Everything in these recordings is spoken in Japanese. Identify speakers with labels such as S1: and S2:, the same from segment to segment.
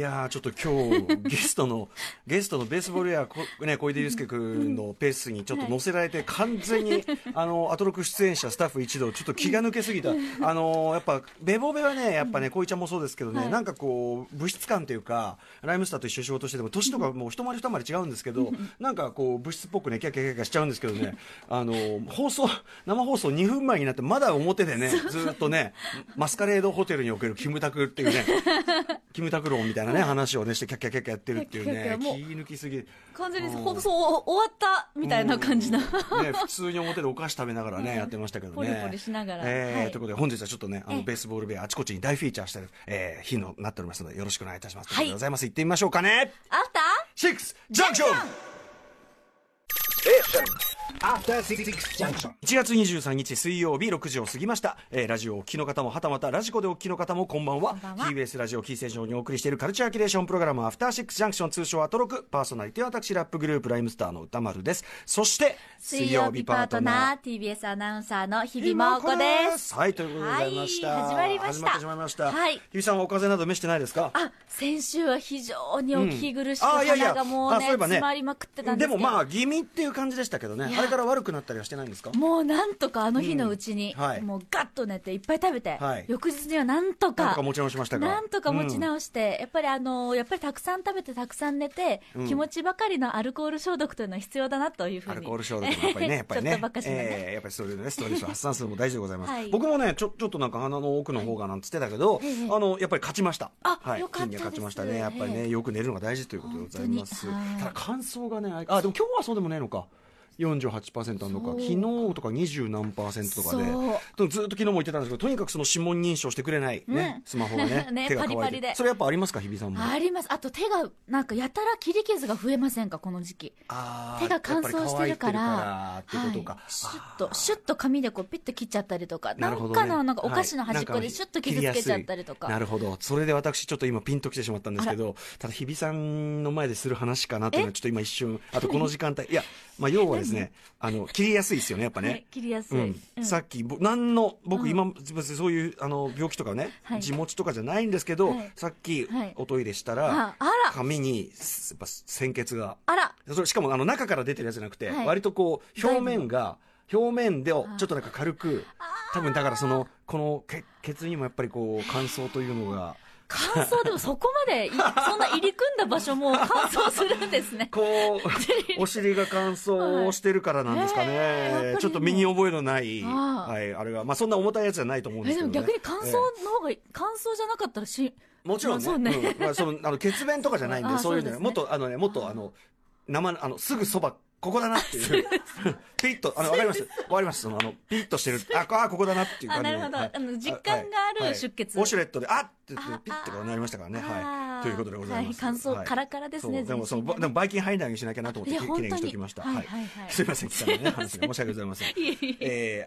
S1: いやーちょっと今日ゲストのゲストのベースボールやこ、ね、小出祐介君のペースにちょっと乗せられて完全にあのアトロク出演者スタッフ一同ちょっと気が抜けすぎたあのーやっぱベボベはねやっぱね小出ちゃんもそうですけどね、
S2: はい
S1: なんかこう物質感というかライムスターと一緒に仕事してても年とかもう一回り二回り違うんですけどなんかこう物質っぽくねキャキャキャキャしちゃうんですけどねあのー放送生放送2分前になってまだ表でねずーっとねマスカレードホテルにおけるキムタクっていうねキムタクロンみたいなね話をねしてキャッキャッキャッキャやってるっていう
S2: キャッキ
S1: ね
S2: ャッ
S1: 気
S2: キャもう
S1: 抜きすぎ
S2: 完全に
S1: うん
S2: 放送終わったみたいな感じな、
S1: うんね普通に表でお菓子食べながらね
S2: うん
S1: やってましたけどね
S2: ポリポリしながら
S1: えー
S2: はい
S1: ということで本日はちょっとねあ
S2: え
S1: の
S2: え
S1: ベースボールベアあちこちに大フィーチャーしたえー日になっておりますのでよろしくお願いいたしますというこ
S2: はい
S1: とでございます行ってみましょうかね
S2: アフター
S1: 6ジャンクション
S3: After Six Junction.
S1: 1月23日水曜日6時を過ぎました、えーラジオをお聞きの方もはたまたラジコでお聞きの方もこんばんは
S2: こんばんは
S1: TBS ラジオキーセーションにお送りしているカルチャーキュレーションプログラム「アフターシックスジャンクション」通称アトロクパーソナリティは私ラップグループライムスターの歌丸ですそして
S2: 水曜日パートナー TBS アナウンサーの日比真央子です
S1: すはいということでございました、
S2: はい始まりました
S1: 始まってしまいました、
S2: はい
S1: 日比さんはお風邪など召してないですか
S2: あ先週は非常にお聞き苦しく、
S1: うんあいやいや
S2: 鼻がもう
S1: あ
S2: ね
S1: そういえばね
S2: 詰まりまくってたんで
S1: です
S2: け
S1: も
S2: ど
S1: まあ気味っていう感じでしたけどね
S2: いや
S1: あれから悪くなったりはしてないんですか
S2: もうなんとかあの日のうちに、
S1: うんはい
S2: もうガッと寝ていっぱい食べて、
S1: はい
S2: 翌日にはなんとか
S1: なんとか持ち直しましたか
S2: なんとか持ち直して、やっぱりあのやっぱりたくさん食べてたくさん寝て、
S1: うん
S2: 気持ちばかりのアルコール消毒というのは必要だなというふうに
S1: アルコール消毒もやっぱり ね、やっぱり
S2: ちょ
S1: ね
S2: っとばか、しなね、
S1: えーやっぱりそういうね、ストレスを発散するのも大事でございます。
S2: はい
S1: 僕もね、ちょ、ちょっとなんか鼻の奥の方がなんつってたけど、
S2: ええ
S1: あの、やっぱり勝ちました。
S2: あ
S1: はい、
S2: よかっ
S1: 金
S2: たです
S1: に勝ちましたね。やっぱりね、
S2: ええ
S1: よく寝るのが大事ということでございます。
S2: 本当にはい
S1: ただ乾燥がね、あ、でも今日はそうでもねえのか。48%あるのか
S2: そ
S1: 昨
S2: う
S1: 日とか20何パーセントとかで
S2: そう
S1: でもずっと昨日も言ってたんですけどとにかくその指紋認証してくれない、ね
S2: うん
S1: スマホがね
S2: ね
S1: 手が乾いて
S2: パリパリで
S1: それやっぱありますか日比さんも
S2: ありますあと手がなんかやたら切り傷が増えませんかこの時期
S1: あー
S2: 手が乾燥してるから
S1: やっぱり乾いてるからってことか、
S2: はい、シュ
S1: あ
S2: ッ
S1: ー
S2: とシュッと紙でこうピッと切っちゃったりとか
S1: な
S2: な,、
S1: るほ
S2: ん
S1: どね
S2: かのなんかお菓子の端っこ
S1: は
S2: で
S1: い
S2: シュッと傷つけちゃったりとか,、
S1: なるほど。それで私ちょっと今ピンときてしまったんですけど、ただ日比さんの前でする話かなというのはちょっと今一瞬、あとこの時 間帯、いや、まあ要はですね、あの、切りやすいですよね、やっぱね。
S2: はい切りやす
S1: う
S2: い、
S1: ん
S2: うん
S1: さっきぼ何の僕
S2: うん
S1: 今、別にそういうあの病気とかね、
S2: はい
S1: 地持ちとかじゃないんですけど、
S2: はい
S1: さっき
S2: はい
S1: おトイレしたら、
S2: ああら
S1: 髪にすやっぱ鮮血が
S2: あら
S1: それしかもあの中から出てるやつじゃなくて、
S2: はい
S1: 割とこう表面が表面でちょっとなんか軽く多分だからそのこの血血にもやっぱりこう乾燥というのが
S2: 乾燥でもそこまでい そんな入り組んだ場所も乾燥するんで すね
S1: こうお尻が乾燥してるからなんですかね、
S2: はいえーやっぱり
S1: ちょっと身に覚えのない
S2: あー
S1: はい、あれが、まあ、そんな重たいやつじゃないと思うんで
S2: え
S1: す
S2: で
S1: けど、
S2: も
S1: ね、
S2: 逆に乾燥の方がいい乾燥じゃなかったらし
S1: もちろんね。
S2: まあそうね
S1: うんまあ、その、あの、血便とかじゃないんで、
S2: あ
S1: そういうの
S2: そ
S1: ね、
S2: うですね
S1: もっと、あのね、もっと、あの、生の、あの、すぐそば、ここだなっていう。ピリッと、あの、わかりますわかりますその、あの、ピリッとしてる。 あ、こあここだなっていう感じで。
S2: あなるほど
S1: はい
S2: あの実感がある
S1: はい
S2: 出血
S1: ウォシュレットで、あっって言
S2: あ
S1: って、ピッとか
S2: あ
S1: なりましたからね。は
S2: あ
S1: い。
S2: ー
S1: ということでございます。
S2: 大変乾燥
S1: はい
S2: カラカラですね
S1: そうでも、
S2: 全
S1: そ
S2: 身
S1: の、
S2: がね
S1: でも、ばい菌入らないようにしなきゃなと思っ
S2: い
S1: て、
S2: や
S1: ききれいにし
S2: 本当
S1: てお
S2: に
S1: きました。
S2: はいはいはい
S1: すいません、汚いね、話が申し訳ございません。
S2: いえいえ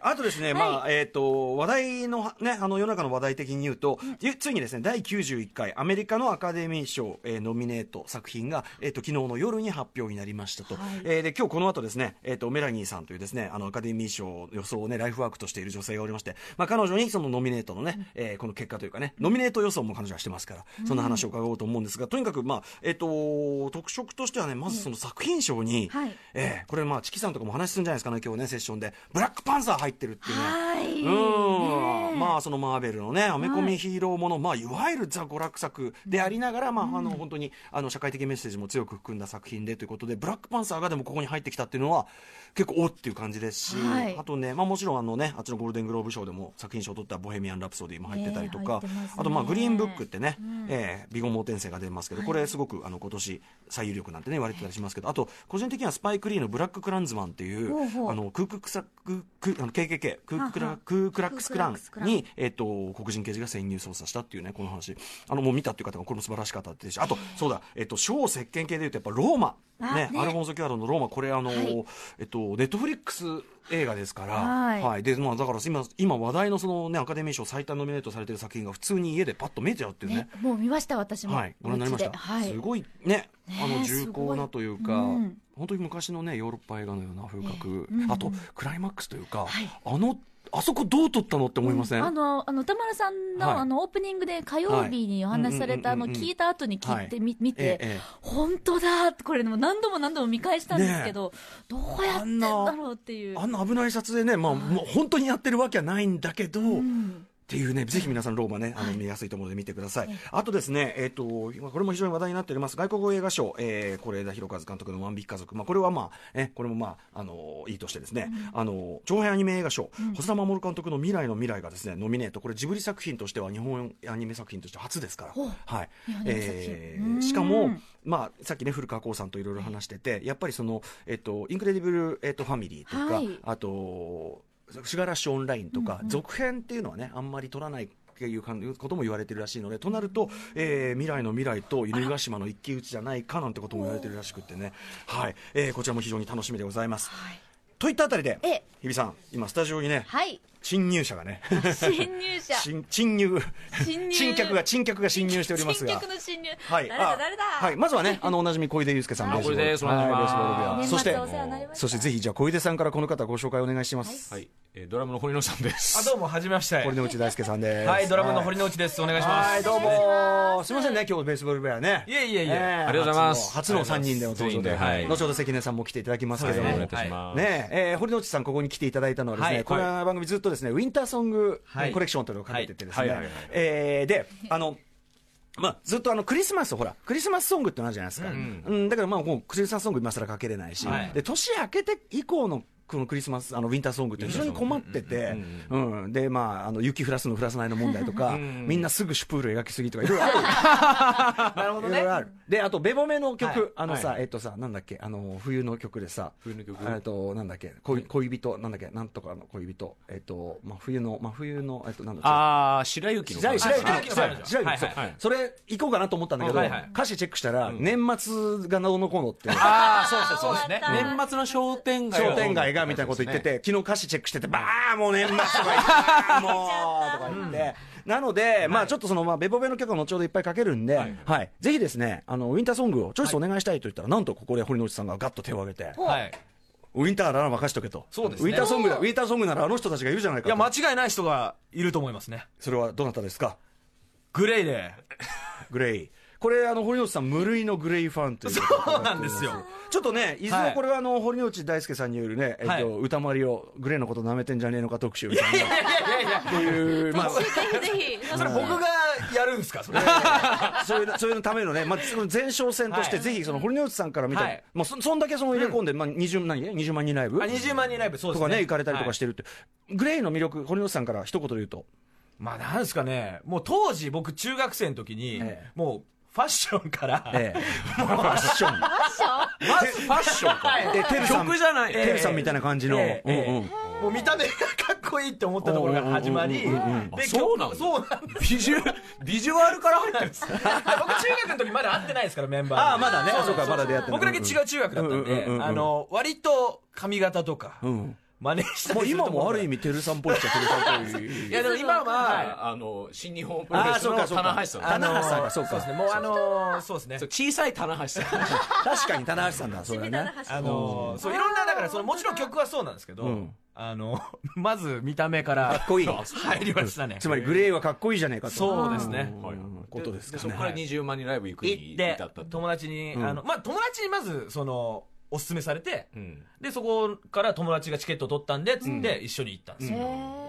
S1: えーあとですね、まあ、えっ、と、話題のは、ね、あの、世の中の話題的に言うと、ゆついにですね、第91回アメリカのアカデミー賞、えーノミネート作品が、えっ、と、昨日の夜に発表になりましたと。
S2: はい
S1: えーで、今日この後ですね、えっ、と、メラニーさんというですね、あの、アカデミー賞予想をね、ライフワークとしている女性がおりまして、まあ、彼女にそのノミネートのね、えーこの結果というかね、ノミネート予想も彼女はしてますから、そんな話を伺おうと思うんですが、とにかく、まあ、えっ、と、特色としてはね、まずその作品賞に、
S2: はい
S1: ええこれまあチキさんとかもお話しするんじゃないですかね今日ねセッションでブラックパンサー入ってるっていうね
S2: はい
S1: うん、
S2: ねえ
S1: まあそのマーベルのねアメコミヒーローもの、い、まあいわゆるザ娯楽作でありながら、まああの本当にあの社会的メッセージも強く含んだ作品でということでブラックパンサーがでもここに入ってきたっていうのは結構おっていう感じですし、
S2: はい
S1: あとねまあもちろんあのねあっちのゴールデングローブ賞でも作品賞を取ったボヘミアンラプソディも入ってたりとか、
S2: ねえ入ってますね
S1: あとまあグリーンブックってね、ええビゴモーテンセが出ますけどこれすごくあの今年最有力なんてね言われてたりしますけど、あと個人的にはスパイクリーのブラッククランズマンっていう
S2: ほうほう
S1: あのクーククサククあの KKK クーク
S2: は
S1: ラ
S2: は
S1: クークラックスクラン
S2: クークラックスクラン
S1: に、えっと黒人刑事が潜入捜査したっていうねこの話あのもう見たっていう方がこれも素晴らしかったですしあとそうだ、えっと小石鹸系でいうとやっぱローマ
S2: あ
S1: ね
S2: ね
S1: アルフォンソ・キュアロンのローマこれあの、
S2: はい
S1: えっとネットフリックス映画ですから
S2: はい
S1: でまあ、だから今今話題のその、ね、アカデミー賞最多ノミネートされてる作品が普通に家でパッと見えちゃうっていうね
S2: ねもう見ました私も、
S1: はい、ご覧になりまし
S2: お家
S1: た、
S2: ではい
S1: すごいね
S2: ね
S1: あの重厚なというか、
S2: すごいうん
S1: 本当に昔のねヨーロッパ映画のような風格、
S2: ええうん
S1: あとクライマックスというか、
S2: はい
S1: あのあそこどう撮ったのって思いません、
S2: あの、あの、歌丸さんの、
S1: はい
S2: あの、オープニングで火曜日にお話しされた、
S1: はい
S2: あ
S1: うんうん
S2: の、
S1: うんうん
S2: 聞いた後に聞いてみ、見て、
S1: ええ
S2: 本当だって、これでも何度も何度も見返したんですけど、どうやってんだろうっていう。
S1: あんな危ない撮影ね、まあ、もう本当にやってるわけはないんだけど、っていうね、ぜひ皆さん、ローマね、あの見やすいと思うので見てください。あとですね、えっ、と、これも非常に話題になっております、外国語映画賞、えー、是枝裕和監督の万引き家族、まあ、これはまあ、ね、これもまあ、あのいいとしてですね、あの長編アニメ映画賞、細田守監督の未来の未来がですね、ノミネート、これジブリ作品としては日本アニメ作品として初ですから、
S2: ほう
S1: はい
S2: 日本。アニメ作品
S1: え
S2: う
S1: ー、
S2: ん
S1: しかも、まあ、さっきね、古川光さんといろいろ話してて、やっぱりその、えっ、と、インクレディブル、えっ、と、ファミリーとか、
S2: はい
S1: あと、シガラッシュオンラインとか、続編っていうのはね、あんまり取らない。っていう感じことも言われてるらしいので、となると、えー未来の未来と犬ヶ島の一騎打ちじゃないかなんてことも言われてるらしくってね、はいえーこちらも非常に楽しみでございます。といったあたりで
S2: え、
S1: 日比さん、今、スタジオにね、
S2: はい。
S1: 新入者がね、
S2: 侵 入者。
S1: 新新入
S2: 新入
S1: 新客が、新客が 侵入しておりますが
S2: 新。客の侵入。
S1: はい、
S2: 誰だ
S1: あ
S2: 誰だ
S1: はい、まずはね、あのおなじみ小出祐介さん
S2: はい
S1: ベースボール
S4: 小出です
S1: はい
S4: お願いしま
S1: ベ
S4: す
S1: ースボールベア
S2: 年
S1: そし
S2: 末
S1: て
S2: お世話になりました。
S1: そしてぜひじゃあ小出さんからこの方ご紹介お願いします。
S4: はい、えードラムの堀野さんです。
S5: あどうもはじめまして
S1: 堀之内大輔さんです。
S5: はいドラムの堀之内ですお願いします
S1: はい、どうも。すみませんね、今日ベースボールベアね。
S5: いえいえいえ
S4: ありがとうございます
S1: 初の初の3人での登場で、
S4: 全員ではい
S1: 後ほど関根さんも来ていただきますけど
S4: お
S1: も。
S4: 願いい
S1: ね
S4: たします。
S1: えー、堀之内さん、ここに来ていただいたのはですね、
S5: はい
S1: この番組ずっとですね、ウィンターソング
S5: はい
S1: コレクションというのをかけててですね、
S4: はいはいはいはい
S1: えーで、あの、まあ、ずっとあのクリスマス、ほら、クリスマスソングってのあるじゃないですか、うんだからまあもうクリスマスソング、今更かけれないし、
S5: はい
S1: で年明けて以降のこのクリスマス、あのウィンターソングって非常に困ってて、うんで、まあ、あの雪降らすの降らさないの問題とか、みんなすぐシュプール描きすぎとか、いろいろある。 なるほどね。で、あと、ベボメの曲、
S5: はい
S1: あのさ、えっとさ、なんだっけ、あの、冬の曲でさ、
S4: 冬の曲
S1: えっと、なんだっけ、恋恋人、なんだっけ、なんとかの恋人、えっと、真冬の、真冬の、えっと、なんだっけ。
S4: あー、白雪の
S1: 白
S4: 話。
S1: 雪白
S5: 白
S1: 雪白
S5: 雪白
S1: 雪
S5: 雪
S1: 白雪
S5: はい
S1: そう
S4: はい
S1: それ行こうかなと思ったんだけど、
S5: はいはい
S1: 歌詞チェックしたら、年末がどうのこうのって
S5: ああそうそうそうですね
S2: あー
S4: 年末の商店街を
S1: 商店街がみたいなこと言ってて、昨日歌詞チェックしてて、ばあ、もう年末とか言って、あーもうとか言って、なので、まあちょっとその、まあ、ベボベの曲を後ほどいっぱいかけるんで、はい、ぜひですね、あの、ウィンターソングをチョイスお願いしたいと言ったら、なんとここで堀之内さんがガッと手を挙げて、
S5: はい
S1: ウィンターなら任しとけと。
S5: そうですね
S1: ウィンターソングだ、ウィンターソングならあの人たちがいるじゃないか
S5: い
S1: と。
S5: や間違いない人がいると思いますね
S1: それはどなたですか
S5: グレイで
S1: グレイ。これ、あの、堀之内さん、無類のグレイファンということ
S5: そうなんですよ
S1: ちょっとね、いず
S5: は
S1: れ
S5: い
S1: これはあの、堀之内大輔さんによるね、えっ
S5: はい
S1: と、歌まりを、グレーのこと舐めてんじゃねえのか特集みたいな。っていう、ま
S2: ぜひぜひ。
S5: それ僕がやるんで すかそれ
S1: あ、そういう、そういうのためのね、まあ、その前哨戦として、
S5: はい
S1: ぜひ、その、堀之内さんから見た
S5: はい
S1: まあ、そ、そんだけその入れ込んで、まあ、20、何20万人ライブ
S5: あ20万人ライブそうで
S1: と
S5: すね
S1: かね、行かれたりとかしててるって。グレイの魅力、堀之内さんから一言で言うと。
S5: まあなんですかねもう当時僕中学生の時に
S1: ええ
S5: もうファッションから
S1: ええ。ファッショ ン。
S4: まずファッショ ンか。
S1: で、テルさん。
S4: 曲じゃない。
S1: テルさんみたいな感じの。
S5: ええええ
S1: うんうん
S5: もう見た目がかっこいいって思ったところから始まり
S1: うんうんうんうん
S4: あ
S5: で
S4: そうなんだ
S5: そうなんです
S4: ビジュ、ビジュアルから入ってるんですね。
S5: 僕中学の時まだ会ってないですからメンバーに
S1: ああ、まだね。そうか、まだ出会ってない
S5: 僕だけ違う中学だったんで
S1: うんうんうんう、ん
S5: あの、割と髪型とか
S1: う、ん。
S5: 真似した
S1: もう
S5: りする
S1: 今
S5: と
S1: もある意
S5: 味。
S1: 味、テルさんっぽいっちゃテルさんっぽ い。
S4: いや、でも今
S5: はい
S4: は、あの、新日本プロレスの棚橋さん。
S1: あ
S5: の
S1: 棚橋さんがそうか
S5: そうですね。もうあのー、そうですね
S4: そう。小さい棚橋さん。
S1: 確かに棚橋さんだ、それね。
S5: あのー、そう、いろんな、だから、その、もちろん曲はそうなんですけ
S1: う
S5: ど
S1: ん、
S5: あの、 まず見た目から、
S1: かっこいい
S5: 入りましたね。
S1: つまり、グレーはかっこいいじゃねえかと。
S5: そうですね
S1: ん
S4: はい
S1: ことですか
S4: そこ
S1: ね。
S4: から20万人ライブ行くに
S5: 行って
S4: 至ったと。
S5: 友達に、
S1: ん
S5: あの、まあ、友達にまず、その、おすすめされて
S4: う、ん
S5: で、そこから友達がチケット取ったんで、つって、一緒に行ったんですよ。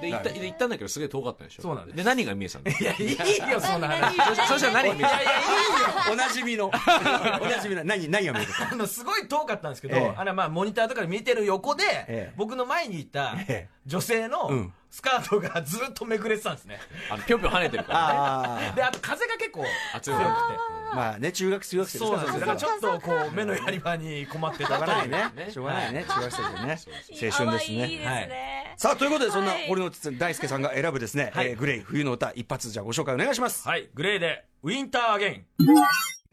S4: で、行った、で行ったんだけど、すげえ遠かったでしょ。
S5: そうなんです
S4: で、何が見えてたんで す
S5: いや、いいよ、そんな話。
S4: そしたら何が見えてたんで す
S1: おなじみの。おなじみの。何、何が見えてた
S5: あのすごい遠かったんですけど、
S1: ええ
S5: あのまあモニターとかで見てる横で、
S1: え
S5: 僕の前にいた
S1: ええ
S5: 女性
S1: う
S5: の
S1: ん
S5: スカートがずっとめくれてたんですね。
S4: あの、ぴょんぴょん跳ねてるからね。
S1: あ
S5: で、あと風が結構
S4: 熱い
S5: 強くて。
S1: あ。まあね、中学生、中学生
S5: そうなんですよ。だ
S1: か
S5: からら
S1: ち
S5: ち
S1: ょっ
S5: ょっとこう、目のやり場に困って
S1: と
S5: た
S1: しょう
S5: と
S1: が
S5: い
S1: な
S5: う
S1: いね。しょうがないね。中学生でね。青春です
S2: いい
S1: ね。
S2: ですね。
S1: さあ、ということで、そんな
S2: はい
S1: 堀之内大輔さんが選ぶですね、
S5: はい
S1: えーグレイ冬の歌、一発じゃあご紹介お願いします。
S5: はい、グレーで、ウィンターアゲイン。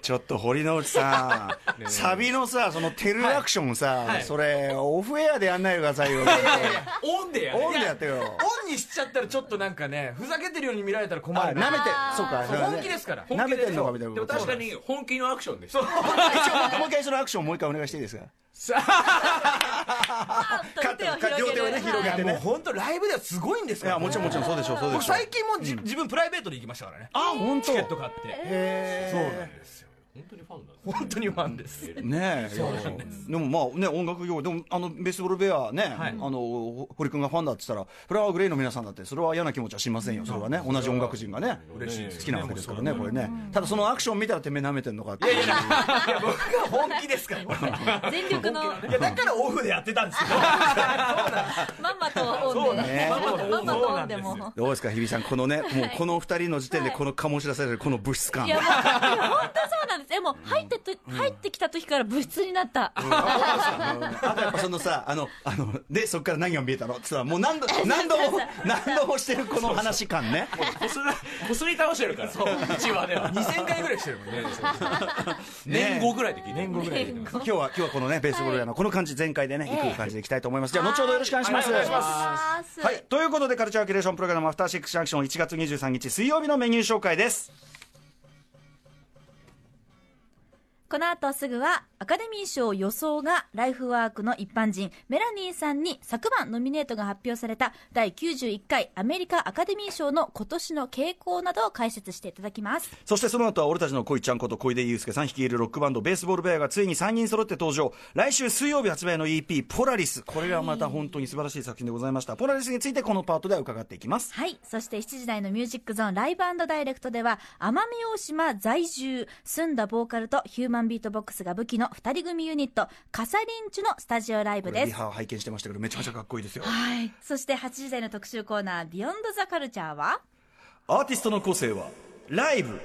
S1: ちょっと堀之内さ ん、サビのさ、そのテルアクションさ、
S5: はい
S1: それ、オフエアでやんないでくださいよ。
S5: オンでや
S1: オンでやってよ。
S5: オンにしちゃったらちょっとなんかね、ふざけてるように見られたら困
S1: あ、舐
S5: る
S1: め
S5: な。
S1: て、そうか、
S5: そう
S1: だらね
S5: 本気で すから
S1: 舐めてんのかみたいな
S4: で
S1: こ
S4: も
S1: と。
S4: 確か
S1: もう
S4: に本気のアクションでした。
S1: 一回そのアクションもう一回お願いしていいですか。
S2: あっと手を広げる
S1: 両手をね広げて
S5: いや
S1: ね
S5: もう本当ライブではすごいんです
S1: い
S5: から
S1: やもちろんもちろんそうでしょうそうで
S5: 僕
S1: しょう
S5: 最近もじ自分プライベートで行きましたからね
S1: あ本当
S5: チケット買って
S1: へ
S5: そうなんですよ
S4: 本当にファンなんだ。
S5: 本当にファ ンです
S1: ねえいやでもまあね音楽業でもあのベースボールベアね、
S5: はい
S1: あのほ堀君がファンだって言ったらフラワーグレイの皆さんだってそれは嫌な気持ちはしませんよそれはね同じ音楽人がね
S5: 嬉しいです
S1: 好きなわけですからねこれねただそのアクション見たらてめえ舐めてんのかっていう
S5: いや僕が本気ですからこれ
S2: 全力の
S5: いやだからオフでやってたんですけど
S2: まんまとオンで、
S1: ね
S2: まんまとオンでも
S5: そうなん
S1: どうですか日比さんこのねもうこの二人の時点でこの醸し出されるこの物質感
S2: いやもういや本当そうなんですえもう入ってと、入ってきた時から物質になった、
S1: あとやっぱそのさ、あの、あの、で、そこから何が見えたのってさ、もう何度、何度も、何度もしてるこの話感ね。
S4: こすら、こすり倒してるから。そう。一話では。
S5: 2000回ぐらいしてるもんね
S4: ね 年後ぐらいで聞いて年後ぐらいで。
S1: 今日は、今日はこのね、ベースボール屋のこの感じ、全開でね、いく感じでいきたいと思います。じゃあ、後ほどよろしくお願いします。
S5: はいお願いしま
S2: ます
S1: はい。ということで、カルチャーキュレーションプログラム、アフターシックスジャンクション1月23日水曜日のメニュー紹介です。
S2: この後すぐはアカデミー賞予想がライフワークの一般人メラニーさんに昨晩ノミネートが発表された第91回アメリカアカデミー賞の今年の傾向などを解説していただきます
S1: そしてその後は俺たちの恋ちゃんこと小出祐介さん率いるロックバンドベースボールベアがついに3人揃って登場来週水曜日発売の EP「ポラリス」これがまた本当に素晴らしい作品でございましたポラリスについてこのパートでは伺っていきます
S2: はいそして7時台のミュージックゾーンライブダイレクトでは奄美大島在住澄んだボーカルとヒューマンビートボックスが武器の2人組ユニットカサリンチュのスタジオライ
S1: こ
S2: ブ
S1: れ
S2: で
S1: リ
S2: す
S1: ハ拝見してましたけどめちゃめちゃかっこいいですよ
S2: はいそして8時台の特集コーナー「ビヨンドザカルチャーは
S1: アーティストの個性はライブ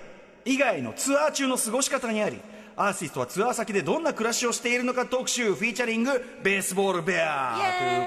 S1: 以外のツアー中の過ごし方にありアーティストはツアー先でどんな暮らしをしているのか特集フィーチャリングベースボールベア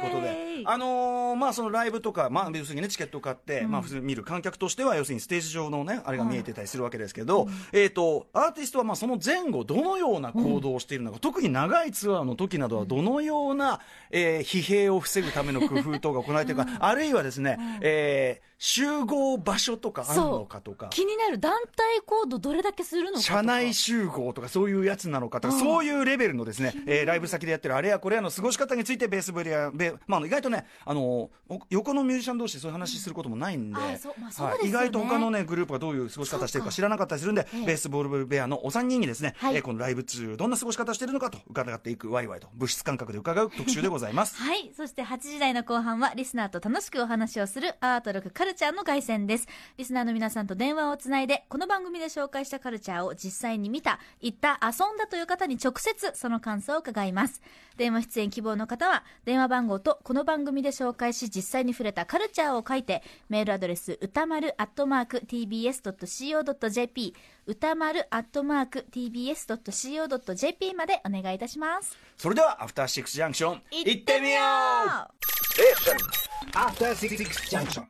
S1: ということ
S2: イエー
S1: で
S2: イ
S1: あのーまあそのライブとかまあ要するにねチケットを買って、まあ普通に見る観客としては要するにステージ上のねあれが見えてたりするわけですけど、えっ、とアーティストはまあその前後どのような行動をしているのか、特に長いツアーの時などはどのような、えー疲弊を防ぐための工夫等が行われているか、あるいはですね、えー集合場所とかあるのかとか。
S2: 気になる団体行動どれだけするのかとか
S1: 社内集合とかそういうやつなのかとか、そういうレベルのですね、えーライブ先でやってるあれやこれやの過ごし方についてベースブリア、ベまあ、あの意外とね、あのお横のミュージシャン同士でそういう話することもないんで、
S2: あそうまあそう
S1: は
S2: ですよ
S1: い
S2: ね
S1: 意外と他のね、グループがどういう過ごし方してるか知らなかったりするんで、ベースボールベアのお三人にですね、
S2: はい
S1: えーこのライブ中どんな過ごし方してるのかと伺っていく、ワイワイと物質感覚で伺う特集でございます。
S2: はい。そして8時台の後半は、リスナーと楽しくお話をするアート力カルチャーの凱旋です。リスナーの皆さんと電話をつないで、この番組で紹介したカルチャーを実際に見た、行った、遊んだという方に直接その感想を伺います。電話出演希望の方は、電話番号とこの番組で紹介し、実際に触れたカルチャーを書いて、メールアドレス、歌丸アットマーク tbs.co.jp、歌丸アットマーク tbs.co.jp までお願いいたします。
S1: それでは、アフターシックスジャンクション、
S2: 行ってみよう
S3: After Six Junction.